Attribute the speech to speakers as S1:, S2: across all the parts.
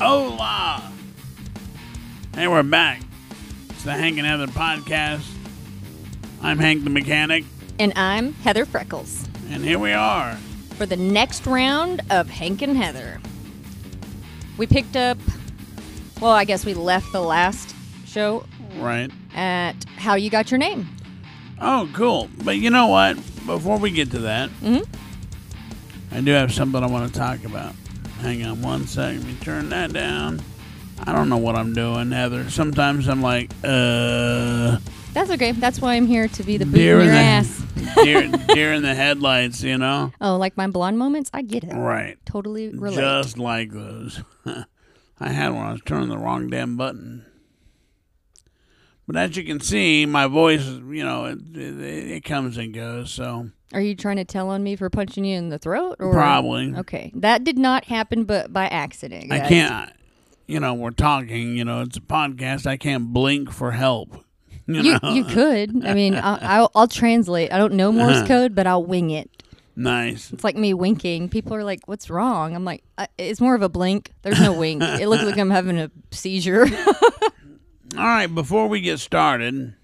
S1: Hola! Hey, we're back. It's the Hank and Heather podcast. I'm Hank the Mechanic,
S2: And I'm Heather Freckles
S1: and here we are.
S2: for the next round of Hank and Heather. We picked up, well, I guess we left the last show
S1: Right.
S2: at How You Got Your Name.
S1: Oh, cool. But you know what? Before we get to that,
S2: Mm-hmm.
S1: I do have something I want to talk about. Hang on one second. Let me turn that down. I don't know what I'm doing, Heather. Sometimes I'm like, uh,
S2: That's okay. That's why I'm here to be the boot
S1: deer
S2: in
S1: in
S2: your ass.
S1: the deer, deer in the headlights, you know?
S2: Oh, like my blonde moments? I get it.
S1: Right.
S2: Totally relate.
S1: Just like those. I had one. I was turning the wrong damn button. But as you can see, my voice, you know, it, it, it comes and goes. So
S2: Are you trying to tell on me for punching you in the throat? Or?
S1: probably
S2: Okay. That did not happen, but by accident.
S1: I
S2: guys.
S1: can't. You know, we're talking. You know, it's a podcast. I can't blink for help. You
S2: You,
S1: know,
S2: you could. I mean, I'll, I'll, I'll translate. I don't know
S1: Uh-huh.
S2: Morse code, but I'll wing it.
S1: nice.
S2: It's like me winking. People are like, "What's wrong?" I'm like, I, "It's more of a blink. There's no wink. It looks like I'm having a seizure."
S1: All right. Before we get started,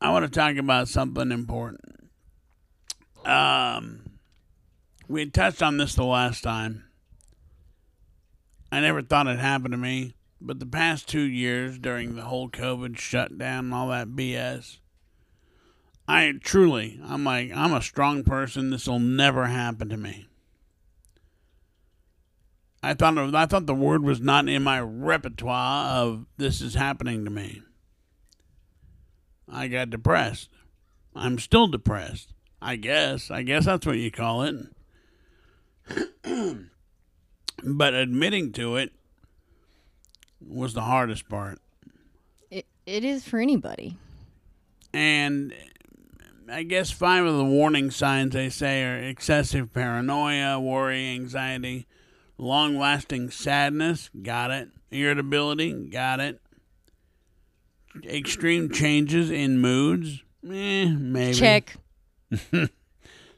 S1: I want to talk about something important. Um, we had touched on this the last time. I never thought it happened to me, but the past two years during the whole COVID shutdown and all that BS, I truly, I'm like, I'm a strong person. This will never happen to me. I thought it, I thought the word was not in my repertoire of this is happening to me. I got depressed. I'm still depressed. I guess. I guess that's what you call it. but admitting to it was the hardest part.
S2: it, it is for anybody.
S1: And I guess five of the warning signs they say are excessive paranoia, worry, anxiety, long lasting sadness, got it, irritability, got it, extreme changes in moods, eh, maybe,
S2: Check,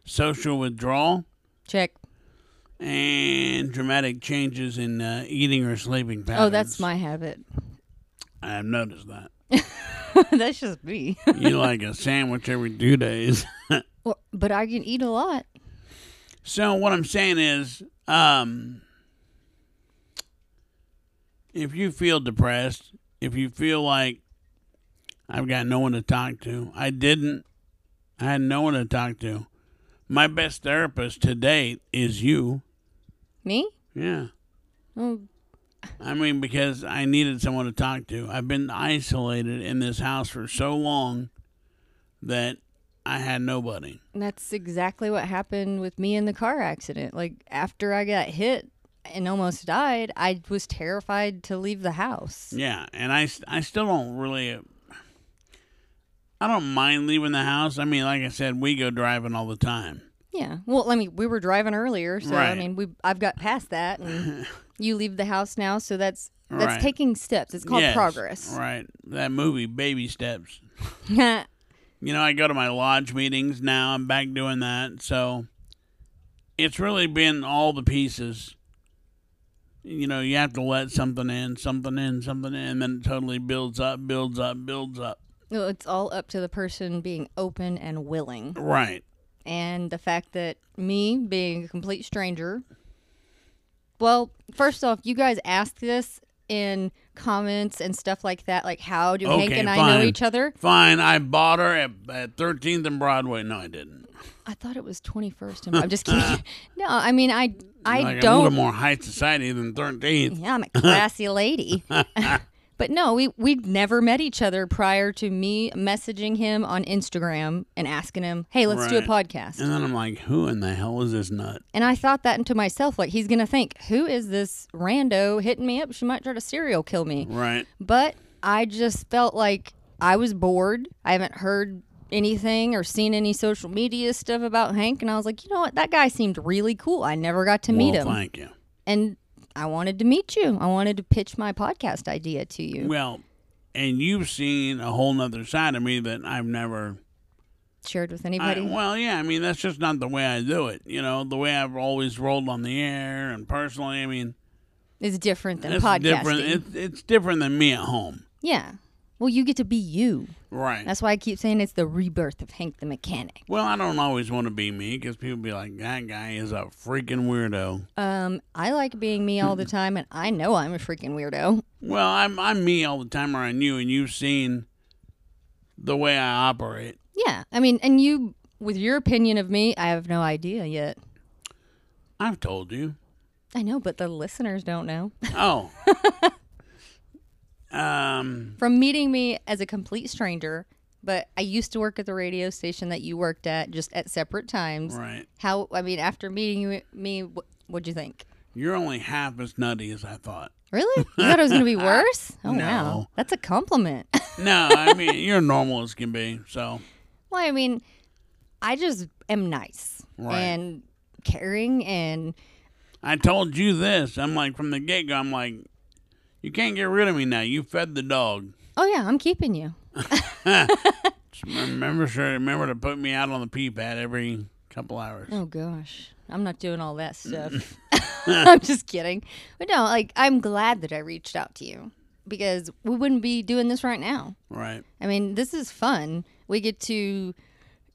S1: social withdrawal,
S2: check.
S1: and dramatic changes in uh, eating or sleeping patterns.
S2: Oh, that's my habit.
S1: I've noticed that.
S2: that's just me.
S1: You like a sandwich every two days.
S2: well, but I can eat a lot.
S1: So what I'm saying is, um, if you feel depressed, if you feel like I've got no one to talk to, I didn't. I had no one to talk to. My best therapist to date is you.
S2: Me?
S1: Yeah.
S2: Oh,
S1: I mean, because I needed someone to talk to. I've been isolated in this house for so long that I had nobody.
S2: that's exactly what happened with me in the car accident. Like after I got hit and almost died, I was terrified to leave the house.
S1: Yeah, and I, s- I still don't really. I don't mind leaving the house. I mean, like I said, we go driving all the time.
S2: Yeah. Well, I mean, we were driving earlier, so I
S1: Right.
S2: mean, we I've got past that, and you leave the house now, so that's that's
S1: Right.
S2: taking steps. It's called
S1: Yes,
S2: progress.
S1: Right. That movie, Baby Steps.
S2: Yeah.
S1: You know, I go to my lodge meetings now. I'm back doing that. So it's really been all the pieces. You know, you have to let something in, something in, something in, and then it totally builds up, builds up, builds up.
S2: No, it's all up to the person being open and willing,
S1: Right.
S2: and the fact that me being a complete stranger. Well, first off, you guys asked this in comments and stuff like that, like how do Hank
S1: Okay,
S2: and I know
S1: fine.
S2: each other?
S1: Fine. I bought her at, at 13th and Broadway. No, I didn't.
S2: I thought it was twenty first. I'm just kidding. no, I mean I I
S1: like I'm a
S2: don't
S1: little more high society than 13th.
S2: Yeah, I'm a classy lady. but no, we we never met each other prior to me messaging him on Instagram and asking him, "Hey, let's do a podcast."
S1: And then I'm like, who in the hell is this nut?
S2: And I thought that to myself, like he's gonna think, "Who is this rando hitting me up? She might try to serial kill me."
S1: Right.
S2: But I just felt like I was bored. I haven't heard anything or seen any social media stuff about Hank, and I was like, you know what? That guy seemed really cool. I never got to meet
S1: well,
S2: him,
S1: thank you.
S2: and I wanted to meet you. I wanted to pitch my podcast idea to you.
S1: Well, and you've seen a whole nother side of me that I've never.
S2: shared with
S1: I,
S2: anybody.
S1: well, yeah, I mean, that's just not the way I do it. You know, the way I've always rolled on the air and personally, I mean,
S2: is different than
S1: It's
S2: podcasting.
S1: different. It's, it's different than me at home.
S2: yeah. Well, you get to be you.
S1: Right.
S2: That's why I keep saying it's the rebirth of Hank the Mechanic.
S1: well, I don't always want to be me because people be like, that guy is a freaking weirdo.
S2: Um, I like being me all the time, and I know I'm a freaking weirdo.
S1: Well, I'm I'm me all the time around you, and you've seen the way I operate.
S2: Yeah. I mean, and you, with your opinion of me, I have no idea yet.
S1: I've told you.
S2: I know, but the listeners don't know.
S1: Oh. um.
S2: From meeting me as a complete stranger, but I used to work at the radio station that you worked at just at separate times.
S1: Right.
S2: How, I mean, after meeting you, me, what, what'd you think?
S1: You're only half as nutty as I thought.
S2: Really? You thought it was going to be worse? Oh,
S1: No.
S2: wow. That's a compliment.
S1: No, I mean you're normal as can be. So
S2: well, I mean, I just am nice
S1: Right.
S2: and caring and
S1: I told you this. I'm like from the get go. I'm like, you can't get rid of me now. You fed the dog.
S2: Oh yeah, I'm keeping you.
S1: Just remember, sure, remember to put me out on the pee pad every couple hours.
S2: Oh gosh, I'm not doing all that stuff. I'm just kidding. But no, like I'm glad that I reached out to you because we wouldn't be doing this right now.
S1: Right.
S2: I mean, this is fun. We get to,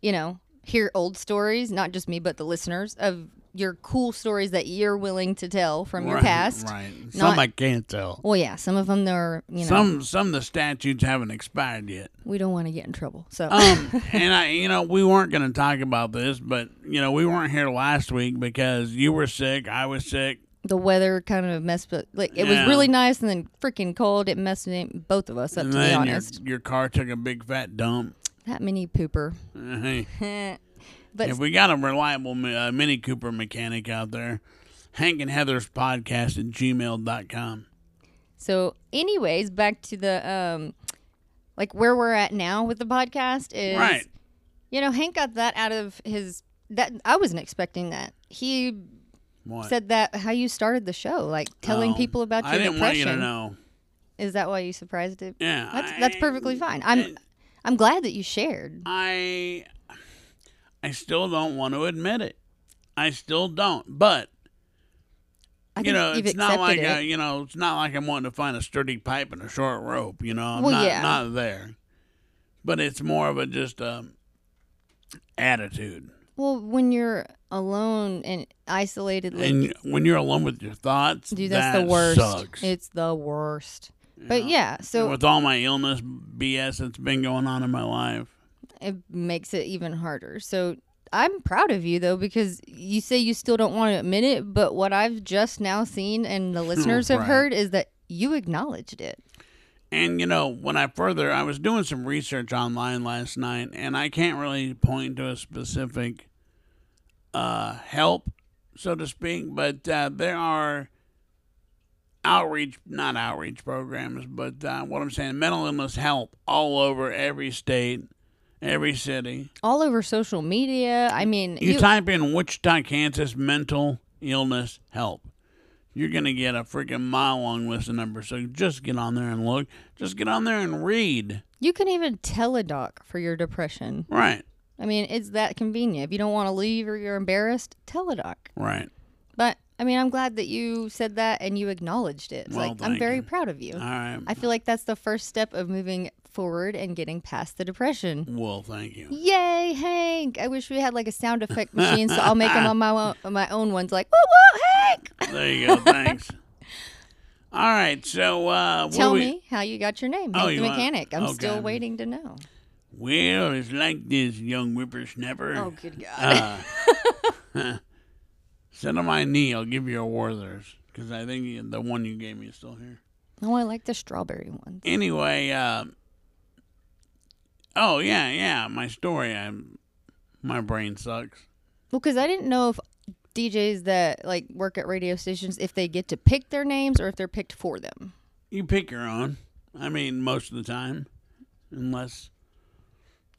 S2: you know, hear old stories, not just me but the listeners of your cool stories that you're willing to tell from your
S1: Right,
S2: past.
S1: Right. Some
S2: Not-
S1: I can't tell.
S2: Well, yeah, some of them they're, you know,
S1: Some some of the statutes haven't expired yet.
S2: we don't want to get in trouble. So
S1: Um, and I, you know, we weren't going to talk about this, but you know, we weren't here last week because you were sick, I was sick.
S2: the weather kind of messed, but like it
S1: Yeah.
S2: was really nice and then freaking cold. It messed me- both of us up,
S1: And
S2: to be
S1: then your,
S2: honest.
S1: your car took a big fat dump.
S2: That mini pooper.
S1: Hey,
S2: But
S1: if we got a reliable me- uh, Mini Cooper mechanic out there, Hank and Heather's podcast at gmail.com.
S2: so, anyways, back to the um, like where we're at now with the podcast is
S1: Right.
S2: You know, Hank got that out of his that I wasn't expecting that. He
S1: What?
S2: said that how you started the show, like telling
S1: Um,
S2: people about your
S1: I didn't want you
S2: depression.
S1: to know.
S2: Is that why you surprised it?
S1: Yeah.
S2: That's that's
S1: I-
S2: perfectly fine. I'm
S1: I-
S2: I'm glad that you shared.
S1: I I still don't want to admit it. I still don't. But
S2: I think
S1: you know,
S2: you've
S1: it's
S2: accepted
S1: not like
S2: it.
S1: I, you know, it's not like I'm wanting to find a sturdy pipe and a short rope. You know, I'm
S2: Well,
S1: not
S2: yeah.
S1: not there. But it's more of a just um, attitude.
S2: well, when you're alone and isolated, like,
S1: And when you're alone with your thoughts,
S2: dude, that's
S1: that
S2: the worst.
S1: Sucks.
S2: It's the worst. But yeah, so
S1: And with all my illness BS that's been going on in my life,
S2: it makes it even harder. So I'm proud of you though because you say you still don't want to admit it, but what I've just now seen and the listeners have
S1: Right.
S2: heard is that you acknowledged it.
S1: and you know, when I further, I was doing some research online last night, and I can't really point to a specific uh, help, so to speak, but uh, there are outreach, not outreach programs, but uh, what I'm saying, mental illness help all over every state, every city.
S2: All over social media. I mean,
S1: You
S2: you-
S1: type in Wichita, Kansas mental illness help. You're going to get a freaking mile long list of numbers. So just get on there and look. Just get on there and read.
S2: you can even teledoc for your depression.
S1: Right.
S2: I mean, it's that convenient. If you don't want to leave or you're embarrassed, teledoc.
S1: Right.
S2: But I mean, I'm glad that you said that and you acknowledged it. It's
S1: Well,
S2: like
S1: thank
S2: I'm very
S1: you. Uh,
S2: proud of you.
S1: All right.
S2: I feel like that's the first step of moving forward and getting past the depression.
S1: well, thank you.
S2: Yay, Hank! I wish we had like a sound effect machine, so I'll make them on my own, my own ones. Like, woo woo, Hank!
S1: There you go. Thanks. All right. So, uh, what
S2: Tell
S1: do we,
S2: me how you got your name,
S1: Oh,
S2: Hank
S1: you
S2: the
S1: want-
S2: Mechanic. I'm still
S1: okay.
S2: waiting to know.
S1: Well, it's like this, young whippersnapper.
S2: Oh, good God!
S1: Uh, sit on my knee. I'll give you a Werther's because I think the one you gave me is still here.
S2: oh, I like the strawberry one.
S1: anyway, uh, oh yeah, yeah, my story. I, my brain sucks.
S2: Well, because I didn't know if DJs that like work at radio stations if they get to pick their names or if they're picked for them.
S1: You pick your own. I mean, most of the time, unless,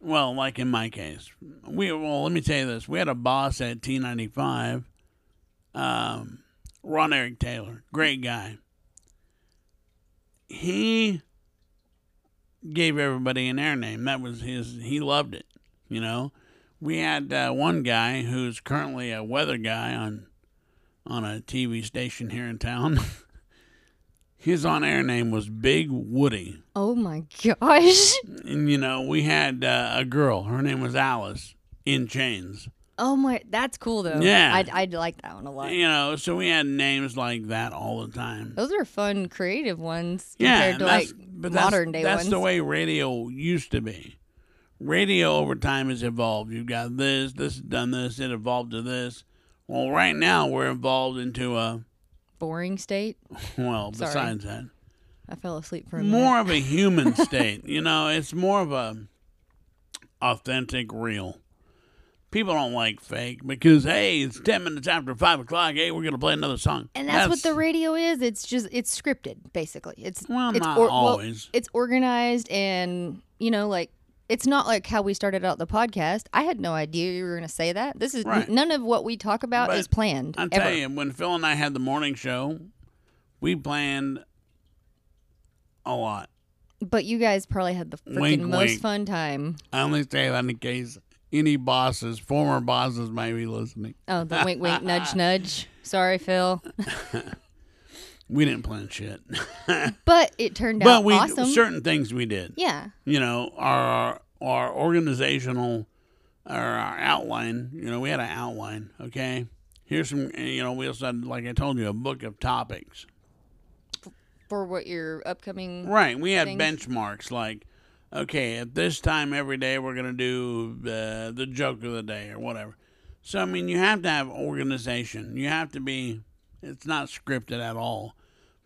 S1: well, like in my case, we well, let me tell you this: we had a boss at T ninety five, um, Ron Eric Taylor, great guy. He gave everybody an air name. That was his. He loved it. You know, we had uh, one guy who's currently a weather guy on on a TV station here in town. His on air name was Big Woody.
S2: Oh my gosh.
S1: And, you know, we had uh, a girl. Her name was Alice in chains.
S2: Oh my, that's cool though.
S1: Yeah.
S2: I'd, I'd like that one a lot.
S1: You know, so we had names like that all the time.
S2: Those are fun, creative ones
S1: Yeah,
S2: compared
S1: and
S2: to like
S1: that's, but that's,
S2: modern day
S1: that's
S2: ones.
S1: the way radio used to be. Radio over time has evolved. You've got this, this has done this, it evolved to this. Well, right now we're evolved into a
S2: Boring state.
S1: well,
S2: Sorry.
S1: besides that,
S2: I fell asleep for a minute.
S1: more of a human state. You know, it's more of a authentic, real. People don't like fake because hey, it's ten minutes after five o'clock. Hey, we're gonna play another song,
S2: And that's, what the radio is. It's just it's scripted basically. It's
S1: Well,
S2: it's
S1: not
S2: or- well,
S1: always.
S2: it's organized and you know like it's not like how we started out the podcast. I had no idea you were going to say that. This is
S1: Right.
S2: none of what we talk about
S1: But
S2: is planned.
S1: I tell
S2: ever.
S1: you, when Phil and I had the morning show, we planned a lot.
S2: But you guys probably had the freaking
S1: Wink,
S2: most
S1: wink.
S2: fun time.
S1: I only say that in case any bosses, former bosses, may be listening.
S2: Oh, the wink, wink, nudge, nudge. Sorry, Phil.
S1: We didn't plan shit,
S2: But it turned
S1: but
S2: out
S1: we
S2: awesome.
S1: certain things we did.
S2: yeah.
S1: you know, our our organizational or our outline. You know, we had an outline. Okay, here's some. You know, we also had, like I told you, a book of topics.
S2: For what your upcoming.
S1: Right. We had
S2: Things.
S1: benchmarks like, okay, at this time every day we're gonna do uh, the joke of the day or whatever. So I mean, you have to have organization. You have to be. It's not scripted at all,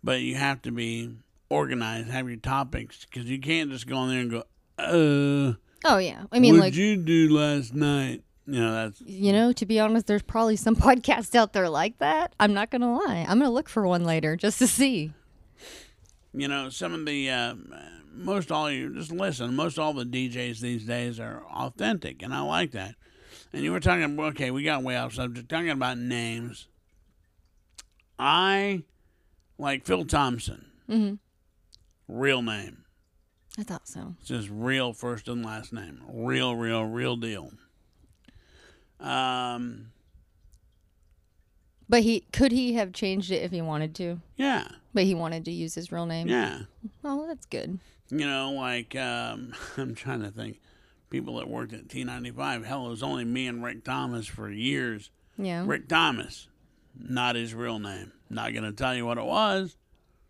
S1: but you have to be organized. Have your topics because you can't just go in there and go. Uh,
S2: Oh, yeah. I mean,
S1: what'd
S2: like, you-,
S1: you do last night? You know, that's
S2: know, to be honest, there's probably some podcasts out there like that. I'm not going to lie. I'm going to look for one later just to see.
S1: you know some of the uh, most all you just listen. Most all the DJs these days are authentic, and I like that. And you were talking okay, we got way off subject. Talking about names, I like Phil Thompson,
S2: Mhm.
S1: real name.
S2: I thought so.
S1: It's his real first and last name. Real, real, real deal. Um,
S2: But he could he have changed it if he wanted to?
S1: yeah,
S2: But he wanted to use his real name.
S1: yeah.
S2: Oh, that's good.
S1: You know, like um, I'm trying to think. People that worked at T95. Hell, it was only me and Rick Thomas for years.
S2: Yeah.
S1: Rick Thomas, not his real name. Not gonna tell you what it was,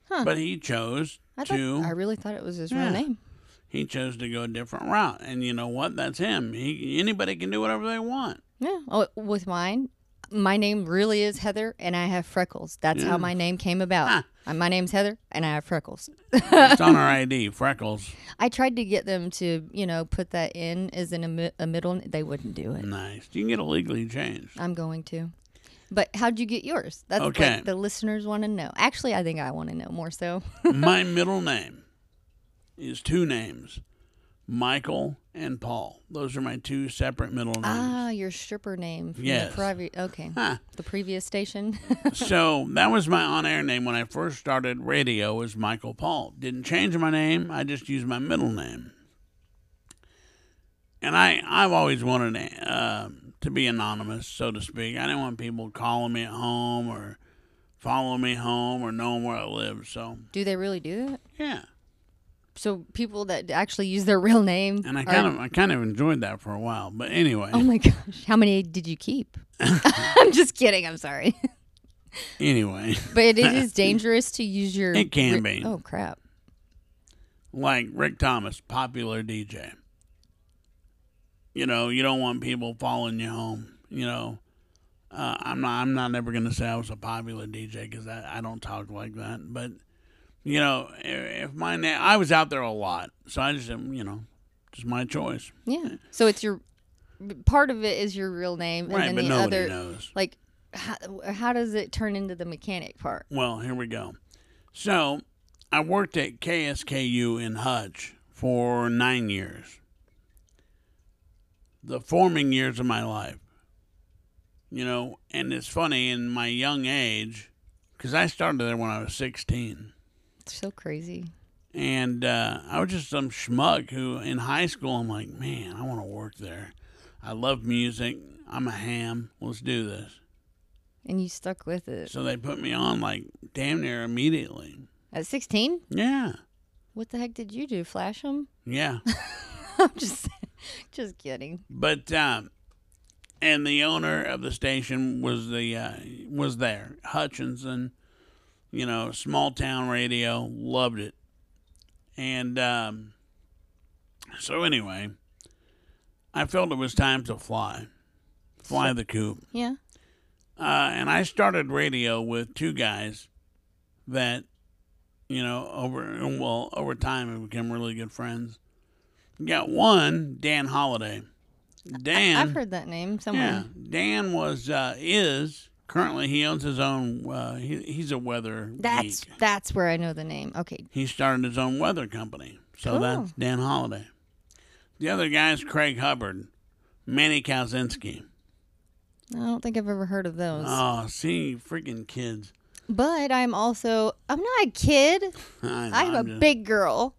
S2: Huh.
S1: but he chose
S2: I thought,
S1: to
S2: I really thought it was his
S1: Yeah.
S2: real name.
S1: he chose to go a different route. And you know what? That's him. He, anybody can do whatever they want.
S2: Yeah. Oh, with mine, my name really is Heather, and I have freckles. That's
S1: Yeah.
S2: how my name came about.
S1: Ah.
S2: Uh, My name's Heather, and I have freckles.
S1: it's on our ID, Freckles.
S2: I tried to get them to, you know, put that in as in a, mi- a middle. n- They wouldn't do it.
S1: Nice. You can get it legally changed.
S2: I'm going to. But how'd you get yours? That's what
S1: Okay.
S2: the listeners want to know. Actually, I think I want to know more so.
S1: My middle name is two names, Michael and Paul. Those are my two separate middle names.
S2: ah, your stripper name from
S1: Yes.
S2: the private. Okay.
S1: Huh.
S2: The previous station.
S1: so that was my on-air name when I first started radio was Michael Paul. Didn't change my name. I just used my middle name. And I I've always wanted uh, to be anonymous, so to speak. I didn't want people calling me at home or following me home or knowing where I live. So
S2: do they really do that?
S1: yeah,
S2: So people that actually use their real name.
S1: and I
S2: are-
S1: kind of I kind of enjoyed that for a while. But anyway,
S2: Oh my gosh. How many did you keep? I'm just kidding. I'm sorry.
S1: anyway,
S2: But it is dangerous to use your.
S1: It can be.
S2: Oh, crap.
S1: like Rick Thomas, popular DJ. You know, you don't want people following you home. You know, uh, I'm not. I'm not ever gonna say I was a popular DJ because I, I don't talk like that. But you know, i- if my name, I was out there a lot, so I just um, you know, just my choice.
S2: Yeah. So it's your. Part of it is your real name. And
S1: right,
S2: then
S1: but
S2: the
S1: nobody
S2: other.
S1: knows.
S2: Like, how, how does it turn into the mechanic part?
S1: Well, here we go. So I worked at KSKU in Hutch for nine years. The forming years of my life. You know, and it's funny in my young age, because I started there when I was 16.
S2: It's so crazy.
S1: And uh, I was just some schmuck who, in high school, I'm like, man, I want to work there. I love music. I'm a ham. Let's do this.
S2: And you stuck with it.
S1: So they put me on like damn near immediately.
S2: At 16?
S1: Yeah.
S2: What the heck did you do? Flash him?
S1: Yeah.
S2: I'm just, just kidding.
S1: But um, and the owner of the station was the uh, was there Hutchinson, you know, small town radio, loved it, and um, so anyway, I felt it was time to fly, fly the coop,
S2: Yeah.
S1: uh, and I started radio with two guys that, you know, over well over time have become really good friends. You got one, Dan Holiday. Dan,
S2: I've heard that name
S1: yeah,
S2: somewhere.
S1: Dan was uh, is currently he owns his own. Uh, he, he's a weather
S2: That's
S1: geek.
S2: that's where I know the name. Okay.
S1: He started his own weather company, so
S2: Cool.
S1: that's Dan Holiday. The other guy is Craig Hubbard, Manny Kalzinski.
S2: I don't think I've ever heard of those.
S1: Oh, see, freaking kids!
S2: but I'm also I'm not a kid.
S1: I know,
S2: I'm a
S1: I'm just-
S2: big girl.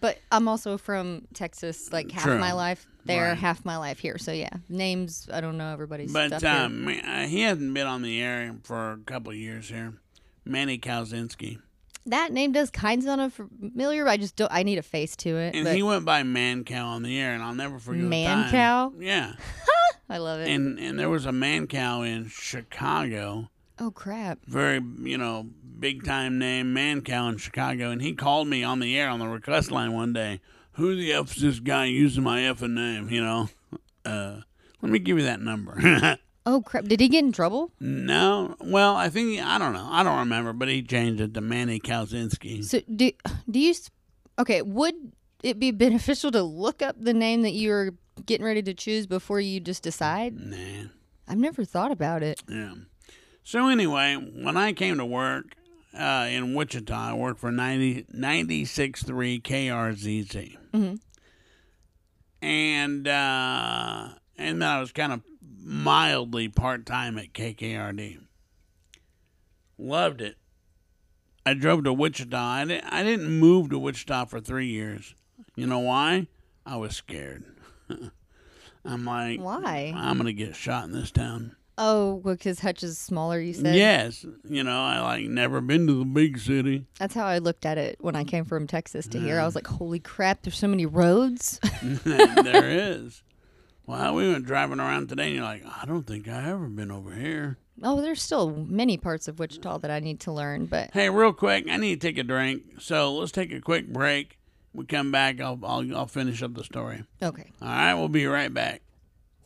S2: But I'm also from Texas, like half
S1: True.
S2: my life there,
S1: Right.
S2: half my life here. So yeah. Names I don't know everybody's
S1: But
S2: stuff. here.
S1: um, ma- uh, he hasn't been on the air for a couple of years here. Manny Kalzinski,
S2: that name does kind of sound familiar, but I just don't I need a face to it.
S1: and
S2: but
S1: he went by Man Cow on the air, and I'll never forget. the
S2: Man
S1: time.
S2: Cow?
S1: Yeah.
S2: I love it.
S1: and and there was a man cow in Chicago,
S2: oh crap.
S1: very you know big time name man cow in Chicago, and he called me on the air on the request line one day. Who the f is this guy using my effing name? You know, uh, let me give you that number.
S2: Oh crap. Did he get in trouble?
S1: no, well I think I don't know, I don't remember, but he changed it to Manny Kalzinski.
S2: So do do you? s- Okay, would it be beneficial to look up the name that you're getting ready to choose before you just decide?
S1: Nah,
S2: I've never thought about it.
S1: yeah. So anyway, when I came to work uh, in Wichita, I worked for 90, 96.3 KRZZ.
S2: Mhm.
S1: and uh, and then I was kind of mildly part time at KKRD. Loved it. I drove to Wichita. I didn't, I didn't move to Wichita for three years. You know why? I was scared. I'm like,
S2: Why?
S1: I'm gonna get shot in this town.
S2: Oh, because Hutch is smaller. You said.
S1: yes, you know, I like never been to the big city.
S2: That's how I looked at it when I came from Texas to here. I was like, "Holy crap! There's so many roads."
S1: there is. Well, we went driving around today, and you're like, I don't think I ever been over here.
S2: oh, there's still many parts of Wichita that I need to learn. But
S1: Hey, real quick, I need to take a drink. So let's take a quick break. We come back, I'll, I'll, I'll finish up the story.
S2: okay.
S1: All right, we'll be right back.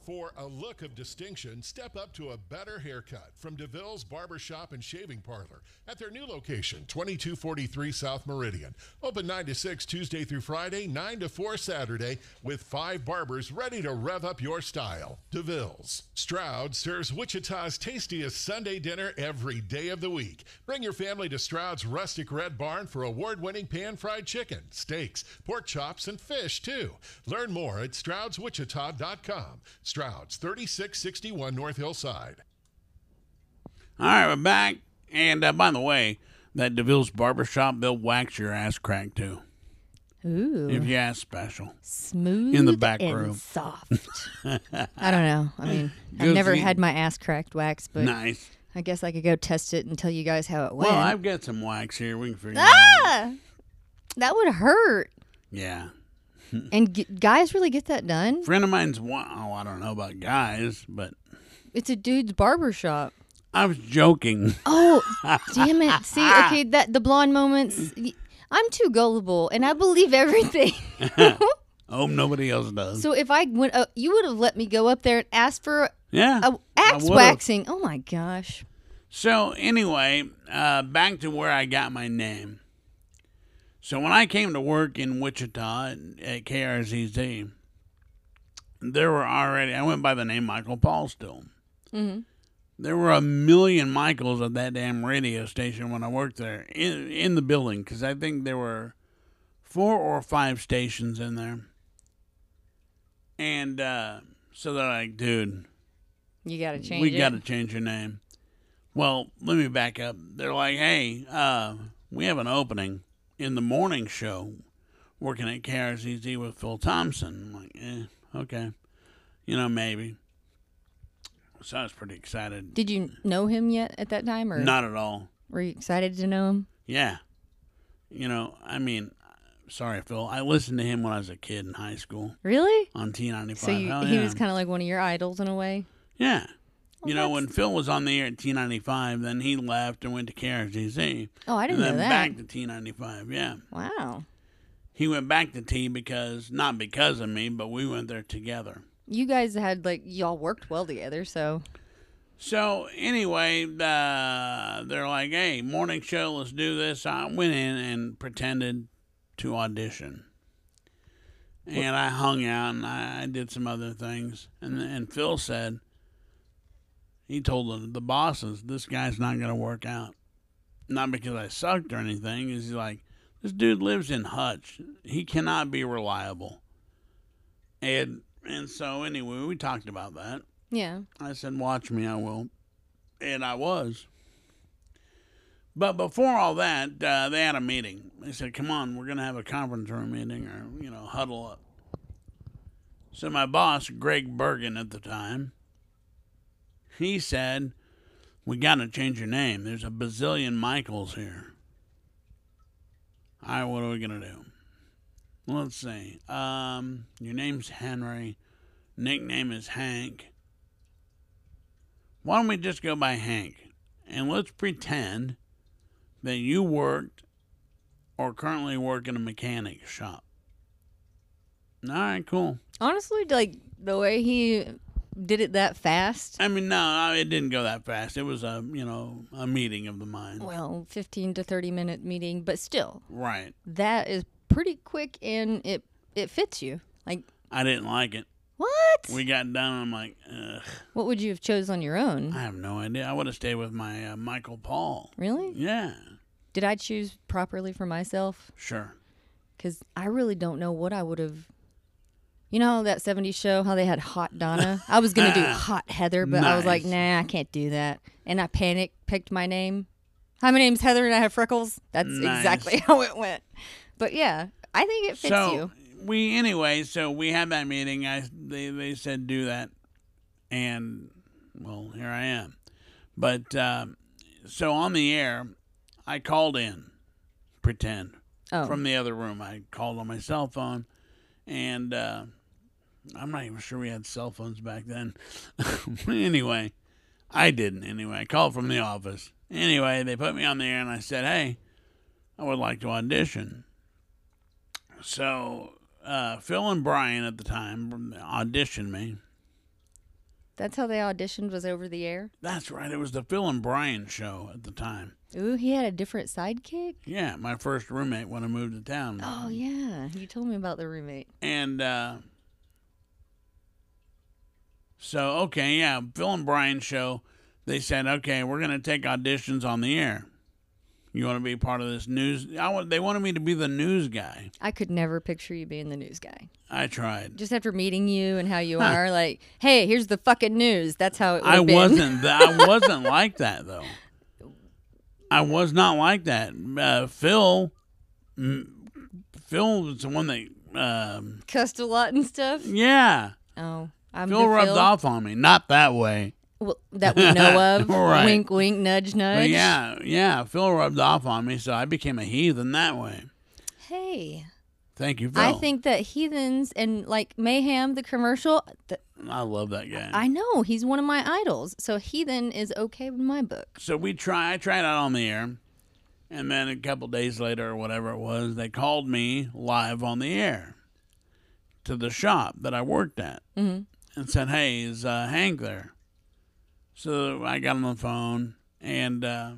S3: For a look of distinction, step up to a better haircut from DeVille's Barbershop and Shaving Parlor at their new location, 2243 South Meridian. Open 9 to 6 Tuesday through Friday, 9 to 4 Saturday, with five barbers ready to rev up your style. DeVille's. Stroud serves Wichita's tastiest Sunday dinner every day of the week. Bring your family to Stroud's Rustic Red Barn for award winning pan fried chicken, steaks, pork chops, and fish, too. Learn more at StroudsWichita.com. Stroud's 3661 North Hillside.
S1: All right, we're back. And uh, by the way, that DeVille's Barbershop, they'll wax your ass crack too,
S2: Ooh,
S1: if you ask special.
S2: smooth
S1: back
S2: and
S1: room.
S2: soft. I don't know. I mean, I've
S1: Good
S2: never
S1: thing-
S2: had my ass cracked waxed, but
S1: Nice.
S2: I guess I could go test it and tell you guys how it went.
S1: Well, I've got some wax here. We can figure it out.
S2: Ah, that would hurt.
S1: Yeah.
S2: And g- guys really get that done.
S1: friend of mine's, wa- oh, I don't know about guys, but
S2: It's a dude's barber shop.
S1: I was joking.
S2: Oh, damn it! See, okay, that the blonde moments. y- I'm too gullible, and I believe everything.
S1: Oh, nobody else does.
S2: so if I went, uh, you would have let me go up there and ask for
S1: yeah. I
S2: a uh, axe
S1: would've.
S2: waxing. Oh my gosh!
S1: So anyway, uh, back to where I got my name. So when I came to work in Wichita at KRZZ, there were already I went by the name Michael Paul still.
S2: hmm
S1: There were a million Michaels at that damn radio station when I worked there in in the building because I think there were four or five stations in there. And uh, so they're like, dude,
S2: You gotta change
S1: we
S2: it.
S1: got to change your name. Well, let me back up. They're like, hey, uh, we have an opening in the morning show working at KRZZ with Phil Thompson. I'm like, eh, okay. You know, maybe. So I was pretty excited.
S2: Did you know him yet at that time, or
S1: Not at all.
S2: were you excited to know him?
S1: Yeah. You know, I mean, sorry, Phil. I listened to him when I was a kid in high school
S2: Really?
S1: on T95.
S2: So you,
S1: Hell
S2: he
S1: yeah.
S2: was kind of like one of your idols in a way.
S1: Yeah. You know,
S2: that's-
S1: when Phil was on the air at T95, then he left and went to KRGZ.
S2: Oh, I didn't
S1: and then
S2: know that.
S1: back to T95, yeah.
S2: Wow.
S1: He went back to T because, not because of me, but we went there together.
S2: You guys had like y'all worked well together, so
S1: So anyway, uh, they're like, "Hey, morning show, let's do this." I went in and pretended to audition, and I hung out and I, I did some other things. And and Phil said, he told the, the bosses, "This guy's not going to work out." Not because I sucked or anything. Is he's like, this dude lives in Hutch. He cannot be reliable. And and so anyway, we talked about that.
S2: yeah.
S1: I said, Watch me, I will. And I was. But before all that, uh, they had a meeting. They said, Come on, we're going to have a conference room meeting or, you know, huddle up. So my boss, Greg Bergen at the time, he said, We got to change your name. There's a bazillion Michaels here. All right, what are we going to do? Let's see. Um, your name's Henry. Nickname is Hank why don't we just go by Hank and let's pretend that you worked or currently work in a mechanic shop. All right, cool.
S2: Honestly, like the way he did it that fast.
S1: I mean, no, I- it didn't go that fast. It was a, you know, a meeting of the minds.
S2: Well, fifteen to thirty minute meeting, but still,
S1: Right.
S2: that is pretty quick and it it fits you. Like
S1: I didn't like it.
S2: what?
S1: We got done. I'm like, ugh,
S2: what would you have chose on your own?
S1: I have no idea. I would have stayed with my uh, Michael Paul.
S2: Really?
S1: Yeah,
S2: Did I choose properly for myself?
S1: sure.
S2: Because I really don't know what I would have. You know that '70s show how they had Hot Donna. I was gonna do Hot Heather, but I was like,
S1: Ah, Nice.
S2: nah, I can't do that. And I panicked, picked my name. Hi, my name's Heather, and I have freckles. That's
S1: Nice.
S2: exactly how it went. But yeah, I think it fits
S1: so
S2: you.
S1: we anyway so we had that meeting i they, they said do that and well here i am but um, so on the air i called in pretend
S2: Oh,
S1: from the other room i called on my cell phone and uh, i'm not even sure we had cell phones back then anyway i didn't anyway i called from the office anyway they put me on the air and i said hey i would like to audition so uh, Phil and Brian at the time auditioned me.
S2: that's how they auditioned was over the air.
S1: That's right, it was the Phil and Brian show at the time.
S2: Ooh, he had a different sidekick.
S1: Yeah, my first roommate when I moved to town.
S2: Oh yeah, you told me about the roommate.
S1: And uh, so, okay, yeah, Phil and Brian show, they said, okay, we're going to take auditions on the air. You want to be part of this news? I want, they wanted me to be the news guy.
S2: I could never picture you being the news guy.
S1: I tried.
S2: Just after meeting you and how you
S1: Huh.
S2: are, like, hey, here's the fucking news. That's how it.
S1: I
S2: would've been.
S1: wasn't. Th- I wasn't like that though. I was not like that. Uh, Phil, m- Phil was the one that. Um,
S2: cussed a lot and stuff.
S1: yeah,
S2: Oh, I'm
S1: Phil
S2: the
S1: rubbed
S2: Phil
S1: off on me. Not that way.
S2: w- that we know of.
S1: Right.
S2: Wink, wink, nudge,
S1: But
S2: nudge.
S1: yeah, yeah. Phil rubbed off on me, so I became a heathen that way.
S2: Hey,
S1: Thank you, Phil.
S2: I think that heathens and like mayhem, the commercial. Th-
S1: I love that guy.
S2: I know he's one of my idols, so heathen is okay in my book.
S1: so we try I tried out on the air and then a couple days later or whatever it was they called me live on the air to the shop that I worked at
S2: Mm-hmm.
S1: and said hey is uh, Hank there so I got on the phone and uh,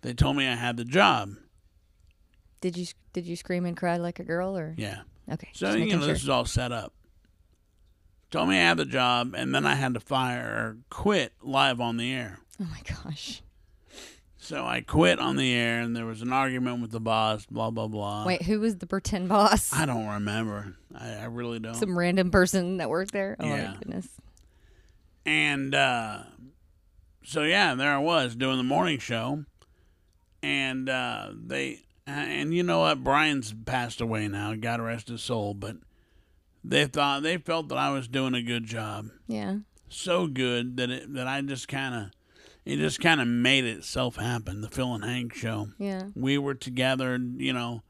S1: they told me I had the job
S2: Did you did you scream and cry like a girl or
S1: yeah
S2: okay?
S1: so
S2: just
S1: you
S2: making
S1: know this
S2: sure.
S1: is all set up told me I had the job and then I had to fire or quit live on the air
S2: Oh my gosh!
S1: so I quit on the air, and there was an argument with the boss. Blah blah blah.
S2: Wait, who was the pretend boss?
S1: Uh, I don't remember. I, I really don't.
S2: Some random person that worked there. Oh
S1: Yeah.
S2: my goodness!
S1: and uh, so yeah, there I was doing the morning show, and uh, they and you know what? Brian's passed away now. God rest his soul. But they thought they felt that I was doing a good job,
S2: Yeah.
S1: so good that it that I just kind of It just kind of made itself happen. The Phil and Hank show.
S2: Yeah.
S1: We were together. You know,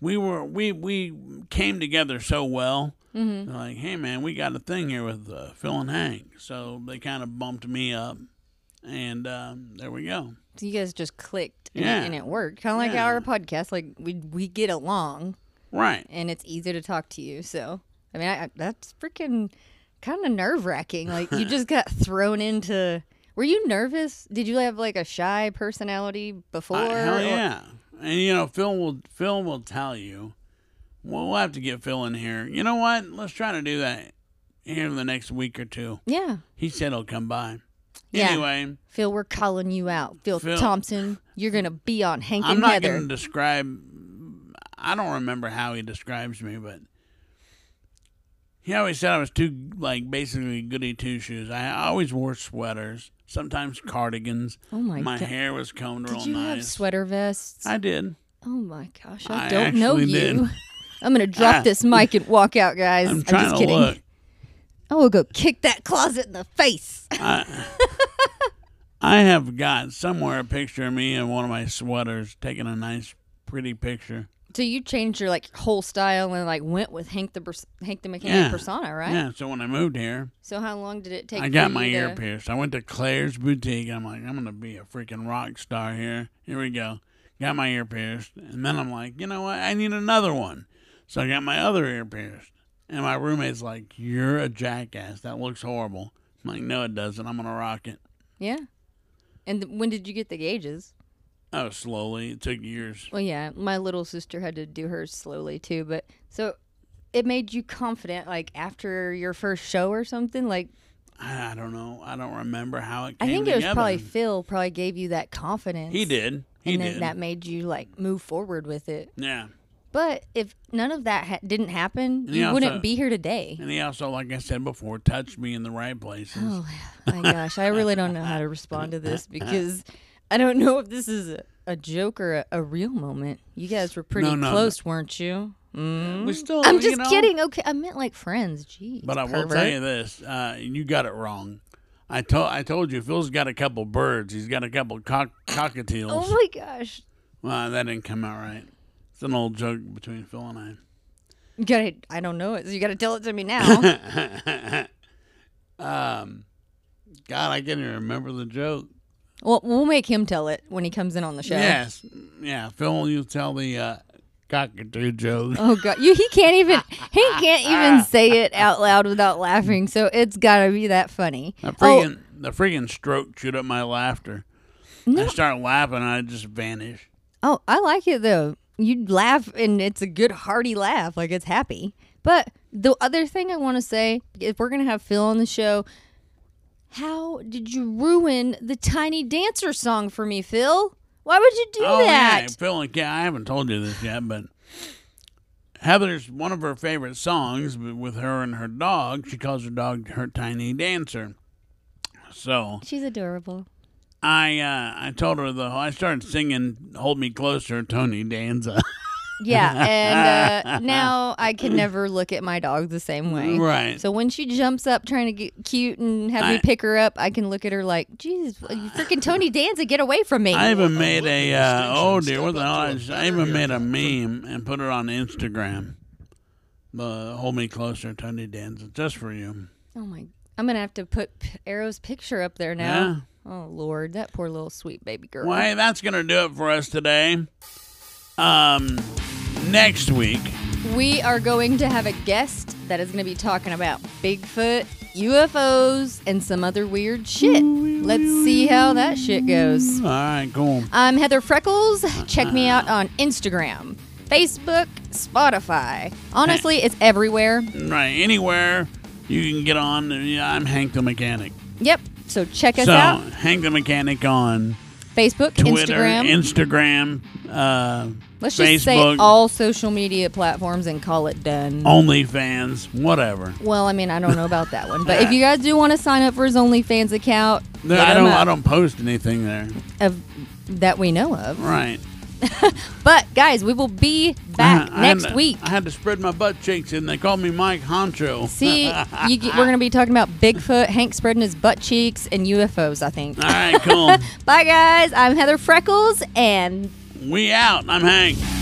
S1: we were we we came together so well.
S2: Mm-hmm.
S1: They're Like, hey man, we got a thing here with uh, Phil and Hank. So they kind of bumped me up, and um, there we go.
S2: So you guys just clicked and,
S1: Yeah.
S2: it, and it worked. Kind of like
S1: Yeah.
S2: our podcast. Like we we get along
S1: Right.
S2: and it's easy to talk to you. So I mean, I, I, that's freaking kind of nerve wracking. Like you just got thrown into. Were you nervous? Did you have like a shy personality before?
S1: Uh, hell
S2: or-
S1: yeah! And you know, Phil will Phil will tell you. Well, we'll have to get Phil in here. You know what? Let's try to do that here in the next week or two.
S2: Yeah.
S1: He said he'll come by.
S2: Yeah.
S1: Anyway,
S2: Phil, we're calling you out. Phil,
S1: Phil-
S2: Thompson, you're gonna be on Hank
S1: I'm
S2: and
S1: not
S2: Heather.
S1: going to describe. I don't remember how he describes me, but he always said I was too like basically goody two shoes. I I always wore sweaters, sometimes cardigans.
S2: Oh my
S1: My
S2: God.
S1: hair was combed real
S2: Did you
S1: nice.
S2: have sweater vests?
S1: I did.
S2: oh my gosh, I,
S1: I
S2: don't know
S1: actually
S2: you.
S1: did.
S2: I'm gonna drop
S1: Ah.
S2: this mic and walk out, guys.
S1: I'm trying
S2: just
S1: to
S2: kidding.
S1: look.
S2: I will go kick that closet in the face.
S1: I have got somewhere a picture of me in one of my sweaters taking a nice, pretty picture.
S2: So you changed your like whole style and like went with Hank the pers- Hank the mechanic
S1: Yeah.
S2: persona, right?
S1: Yeah, so when I moved here,
S2: So how long did it take?
S1: I
S2: for
S1: got my
S2: you
S1: ear
S2: to-
S1: pierced. I went to Claire's boutique. I'm like, I'm going to be a freaking rock star here. Here we go. Got my ear pierced. And then I'm like, you know what? I need another one. So I got my other ear pierced. And my roommate's like, You're a jackass. That looks horrible. I'm like, No, it doesn't. I'm going to rock it.
S2: Yeah. And th- when did you get the gauges?
S1: Oh, slowly. It took years.
S2: Well, yeah, my little sister had to do hers slowly too, but so it made you confident, like after your first show or something. Like
S1: I I don't know. I don't remember how it
S2: I
S1: came
S2: think it
S1: together.
S2: was probably Phil probably gave you that confidence.
S1: He did. He
S2: and then
S1: did.
S2: that made you like move forward with it.
S1: yeah.
S2: But if none of that ha- didn't happen,
S1: And
S2: you
S1: yeah,
S2: wouldn't
S1: so-
S2: be here today.
S1: And he also, like I said before, touched me in the right places.
S2: Oh my gosh, I really don't know how to respond to this because I don't know if this is a, a joke or a, a real moment. You guys were pretty
S1: No, no, no.
S2: close, weren't you? Mm.
S1: We still,
S2: I'm
S1: you
S2: just
S1: know-
S2: kidding. Okay, I meant like friends. Jeez,
S1: But I will
S2: pervert.
S1: tell you this: uh, you got it wrong. I told I told you Phil's got a couple birds. He's got a couple cock- cockatiels.
S2: Oh my gosh,
S1: Well, that didn't come out right. It's an old joke between Phil and I.
S2: you got to I don't know it. So you got to tell it to me now.
S1: Um, God, I can't even remember the joke.
S2: well, we'll make him tell it when he comes in on the show.
S1: Yes, yeah, Phil, you tell the uh, cockatoo joke.
S2: Oh god, you, he can't even he can't even say it out loud without laughing. So it's got to be that funny.
S1: The
S2: Oh,
S1: freaking the freaking stroke chewed up my laughter. I start laughing and I just vanish.
S2: oh, I like it though. You laugh and it's a good hearty laugh, like it's happy. But the other thing I want to say, if we're gonna have Phil on the show, how did you ruin the Tiny Dancer song for me, Phil? Why would you do that?
S1: Oh, yeah, Phil and Kat, I haven't told you this yet, but Heather's one of her favorite songs but with her and her dog. She calls her dog her tiny dancer. So
S2: She's adorable.
S1: I uh, I told her though I started singing "Hold Me Closer" Tony Danza.
S2: Yeah, and uh, now I can never look at my dog the same way.
S1: right.
S2: So when she jumps up trying to get cute and have me
S1: I-
S2: pick her up, I can look at her like, "Jesus, you freaking Tony Danza, get away from me!"
S1: I even
S3: a
S1: made
S3: look
S1: a
S3: at
S1: uh,
S3: distinction,
S1: oh dear,
S3: step
S1: what the
S3: up
S1: hell?
S3: to
S1: I
S3: a
S1: just-
S3: better
S1: I even made a
S3: haircut.
S1: meme and put it on Instagram. But hold me closer, Tony Danza, just for you.
S2: oh my! I'm gonna have to put P- Arrow's picture up there now. Oh Lord, that poor little sweet baby girl.
S1: Well, hey, that's gonna do it for us today. Um, next week,
S2: We are going to have a guest that is gonna be talking about Bigfoot, UFOs, and some other weird shit. Let's see how that shit goes.
S1: all right, cool.
S2: I'm Heather Freckles. Check me
S1: Uh-huh.
S2: out on Instagram, Facebook, Spotify. Honestly, it's everywhere.
S1: Right, anywhere you can get on. yeah, I'm Hank the Mechanic.
S2: Yep. So check us
S1: so
S2: out
S1: Hank the Mechanic on
S2: Facebook,
S1: Twitter, Instagram,
S2: Instagram.
S1: uh,
S2: Let's
S1: Facebook,
S2: just say all social media platforms and call it done.
S1: OnlyFans, whatever.
S2: Well, I mean, I don't know about that one, but if you guys do want to sign up for his OnlyFans account,
S1: No,
S2: hit
S1: I
S2: him
S1: don't.
S2: up.
S1: I don't post anything there.
S2: Of, that we know of.
S1: Right.
S2: But guys, we will be back
S1: Uh-huh, I had
S2: next
S1: to-
S2: week.
S1: I had to spread my butt cheeks, and they called me Mike Honcho.
S2: See, you, get- we're going to be talking about Bigfoot, Hank spreading his butt cheeks, and UFOs. I think.
S1: All right, cool.
S2: Bye, guys. I'm Heather Freckles, and
S1: we out. I'm Hank.